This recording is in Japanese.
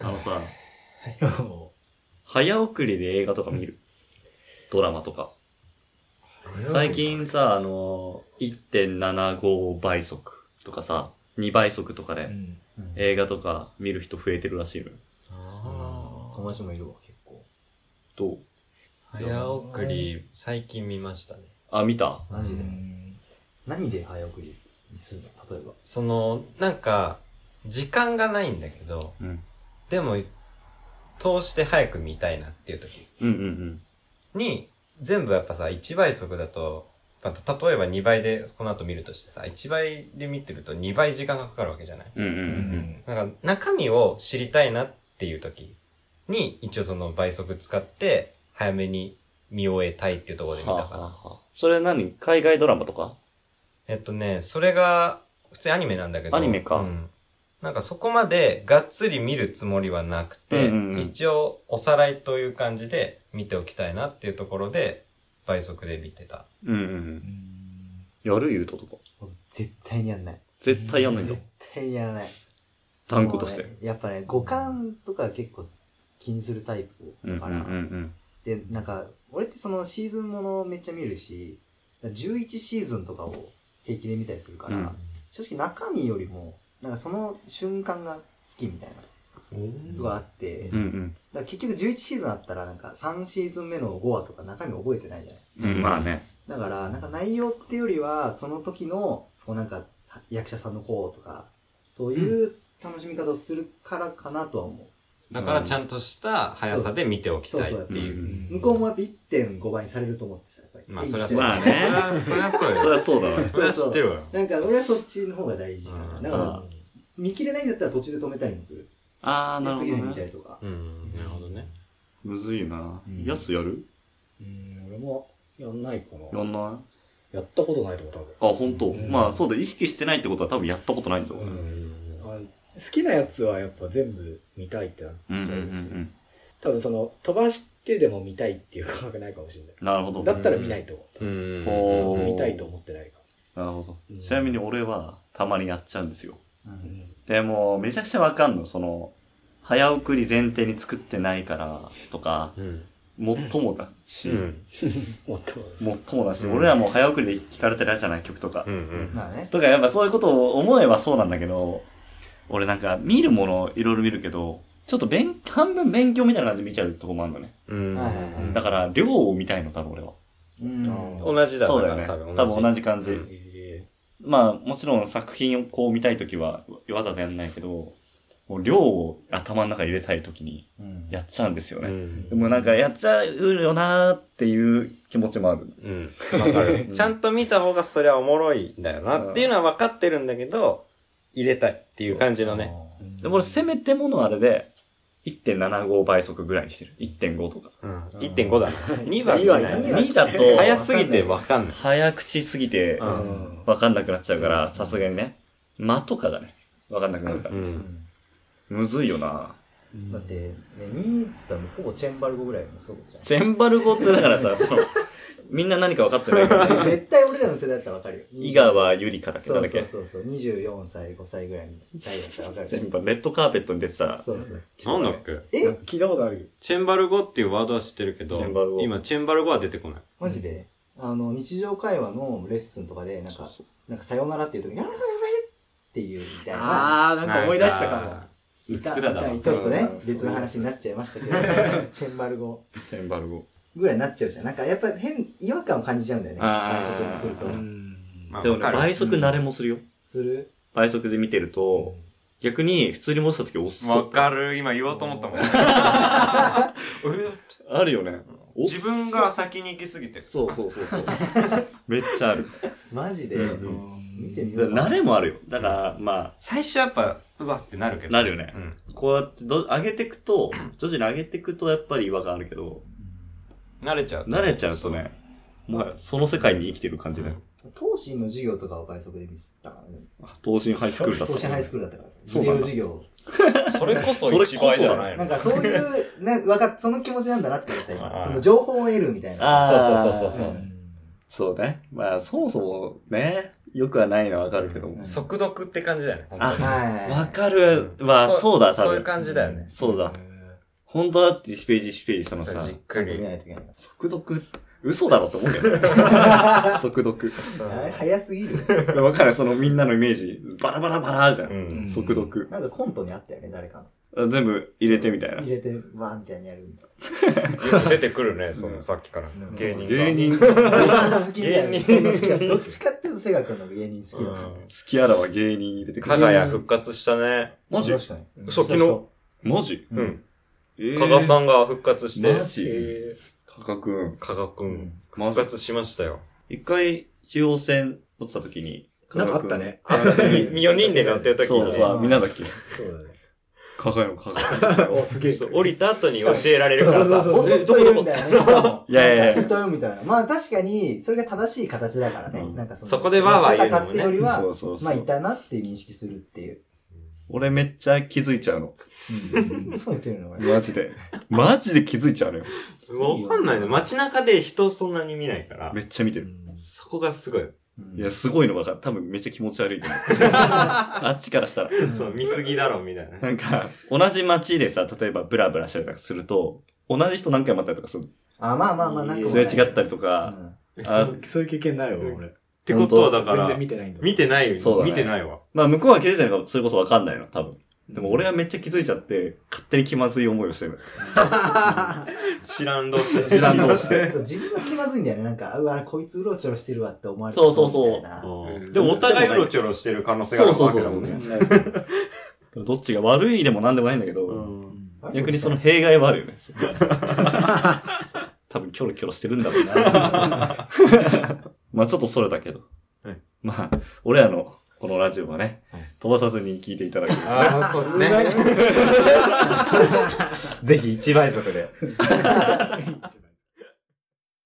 あのさ、早送りで映画とか見る。ドラマとか。 最近さ、あの、1.75倍速とかさ、2倍速とかうでん映画とか見る人増えてるらしいのよ。友達もいるわ結構どう早送り、最近見ましたね。あ、見たマジでうん何で早送りにするの例えば。その、なんか、時間がないんだけど、うん。でも、通して早く見たいなっていう時うんうんに、全部やっぱさ、1倍速だと、まあ例えば2倍でこの後見るとしてさ、1倍で見てると2倍時間がかかるわけじゃないうん。うんうんう。うんんなんか中身を知りたいなっていう時に、一応その倍速使って、早めに見終えたいっていうところで見はあたはかな。あはあそれ何海外ドラマとかえっとね、それが、普通にアニメなんだけど。アニメかうん。なんかそこまでがっつり見るつもりはなくて、うんうんうん一応おさらいという感じで見ておきたいなっていうところで、倍速で見てた。うんうんうん。やる言うととか。俺絶対にやんない。絶対やんないんだ絶。対にやらない。断固としても。うねやっぱね、五感とか結構気にするタイプうんうだんうかんうら。ん。で、なんか、俺ってそのシーズンものめっちゃ見るし、11シーズンとかを平気で見たりするから、うん正直中身よりも、なんかその瞬間が好きみたいなとがあって、うんうんだから結局11シーズンあったらなんか3シーズン目の5話とか中身覚えてないじゃない。うん。まあね。だからなんか内容っていうよりはその時のこうなんか役者さんのこうとかそういう楽しみ方をするからかなとは思だからちゃんとした速さで見ておきたいっていう。うんう。向こうもやっぱ1.5倍にされると思ってさ、やっぱり。まあそれは演そ技うまあだしねてるね。そそりれはそうよ。ゃそうだわ。それは知ってるわよ。なんか俺はそっちの方が大事かな。うんだから見切れないんだったら途中で止めたりもする。あー、なでるほ次どで見たね。りとか。うん、なるほどね。むずいなうん。やすやるうん俺もやんないかやなんないやったことないと思うあ、本当。うんまあ、そうだ、意識してないってことは多分やったことないんだ多ろう分ね。うんあ好きなやつはやっぱ全部見たいってなっうんうんうちゃんううんですよねん。多分その飛ばしてでも見たいっていう感覚ないかもしれないなるほど。だなっるたら見ないと思うおう、ー見たいと思ってないかほどうん。ちなみに俺は、たまにやっちゃうんですよ。も、うんでも、めちゃくちゃわかんの。その、早送り前提に作ってないから、とか、うん。もっともだし、うん。もっとももっともだし、うん俺らもう早送りで聞かれてるやつじゃない、曲とかう。ん。まあね。とか、やっぱそういうことを思えばそうなんだけど、俺なんか、見るものいろいろ見るけど、ちょっと勉、半分勉強みたいな感じで見ちゃうとこもあるのね。うん。はいはいはいだから、量を見たいの、多分俺は。うん。あ同じだそうだよね。多分同じ感じ。うんえまあ、もちろん作品をこう見たいときは、わざわざやんないけど、もう量を頭の中に入れたいときにうんやっちゃうんですよね。うんでもなんかやっちゃうよなーっていう気持ちもある。うん。わかる。ちゃんと見た方がそりゃおもろいんだよなっていうのは分かってるんだけど、入れたいっていう感じのね。あーでも俺せめてものあれで、1.75倍速ぐらいにしてる。1.5とか。うん。1.5だな。2はし二はないいね。 2だと、早すぎて分かんない。早口すぎて、ううんんわかんなくなっちゃうから、さすがにね。間とかだね。わかんなくなるからう。。うんんむずいよなだって、ね、2っつったらもうほぼチェンバルゴぐらいのそう じゃん。チェンバル語ってだからさ、その、みんな何か分かってないから ね。絶対俺らの世代だったらわかるよ。井川ゆりかだっけそなんうだっそけうそうそう。24歳、5歳ぐらいの代だったらわかる。全部レッドカーペットに出てたそうそうそう。なんだっけええ聞いたことあるチェンバル語っていうワードは知ってるけどチェンバル、語今チェンバル語は出てこない。マジであの、日常会話のレッスンとかで、なんか、なんかさよならっていう時に、やららららっていうみたいな。あーなんか思い出したかなんもうっすらだわいちたょっとねうん、別の話になっちゃいましたけど、チェンバル語チェンバル語。ぐらいになっちゃうじゃん。なんかやっぱ変、違和感を感じちゃうんだよね。あ倍ー速にするとう。んまあでもね、わかる倍速慣れもするよ。する倍速で見てると、逆に普通に戻した時遅っわ。かる。今言おうと思 ったもん。あるよね。遅っ自分が先に行き過ぎてる。そうそうそうそう。 めっちゃある。マジで、ん見てみよだうからか慣れもあるよ。だから、ま最初やっぱ、うわってなるけあ、ど。なるよねう。ん。こうやってど、上げてくと、徐々に上げてくとやっぱり違和感あるけど、慣れちゃうと。慣れちゃうとね、もうその世界に生きてる感じだよ。東進の授業とかを倍速で見せたからね。東進ハイスクールだった。東進ハイスクールだったからさ。そうビなんデオだ授業。それこそそれこ一そ倍じゃないなのん。かそういう、ね、わかっその気持ちなんだなって思ったは今。いその情報を得るみたいな。あーそうそうそうそうそうそうね。まあ、そもそもね、よくはないのはわかるけども。速読って感じだよね、本当に。はい。わかるは、そうだ、多そういう分。感じだよね。そうだ。本当だって1ページ1ページしたのそさうじっ、ちゃくんと見り。ないといけない。速読、嘘だろと思うけ ど。速読。あれ早すぎる。わかるそのみんなのイメージ。バラバラバラじゃ。うんん。速読。なんかコントにあったよね、誰かの。全部入れてみたいな入。れて、わーみたいにやるみたいよく出てくるね、そのさっきからうん。芸人が。芸人、な。好きみたいな。芸人そんな好きだどっちかっていうと、セガ君の方が芸人好きうだね。ん。月あらは芸人入れてく加る。賀谷復活したね。マジ確かに。嘘昨日そうマジうんうん。えー加賀さんが復活して。マジえ加賀くんー。加賀く。そうんマ復ジ活しましたよ。一回、中央線乗ってた時に、なんかあったね。加賀くん。 4人で乗ってる時そにうね。さ、みんなだっけそうだね。加賀よ、加お、賀。すげえ。そう降りた後に教えられるからそうさそうそう。ボスッと言うんだよね、しかも。いやいやいやボスッと言うみたいな。まあ確かに、それが正しい形だからねう。んなんかその、そこでわーわー言うの戦っもねてよ りそはう、そうそう。まあいたなって認識するっていう。俺めっちゃ気づいちゃうの。 そう言ってるの、俺。マジで。マジで気づいちゃうのよ。わかんないの。街中で人そんなに見ないから。めっちゃ見てうる。んそこがすごい。うんいや、すごいの分かる。多分めっちゃ気持ち悪い と思う。あっちからしたら。そう、見すぎだろ、みたいな。なんか、同じ街でさ、例えばブラブラしたりとかすると、同じ人何回も会ったりとかする。あ、まあまあまあ、なんか。すれ違ったりとか、うんあ っそういう経験ないわ、うん俺。てことはだか全ら然、見てないんだ。見てないそうよ。だね見てないわ。まあ向こうは気づいてるからそれこそ分かんないの、多分。でも俺は、がめっちゃ気づいちゃって、勝手に気まずい思いをしてる。知らんどうして。知らん同士でそう自分が気まずいんだよね。なんか、うわ、こいつうろちょろしてるわって思われてそうそうそうみたいなうんでもお互いうろちょろしてる可能性があるわけだもんね。ないですねどっちが悪いでも何でもないんだけど、うん逆にその弊害はあるよ ね。そう多分キョロキョロしてるんだろうな。 まあちょっとそれだけど。はいまあ、俺らのこのラジオはね、はい飛ばさずに聞いていただく。ああ、そうですね。ぜひ一倍速で。うん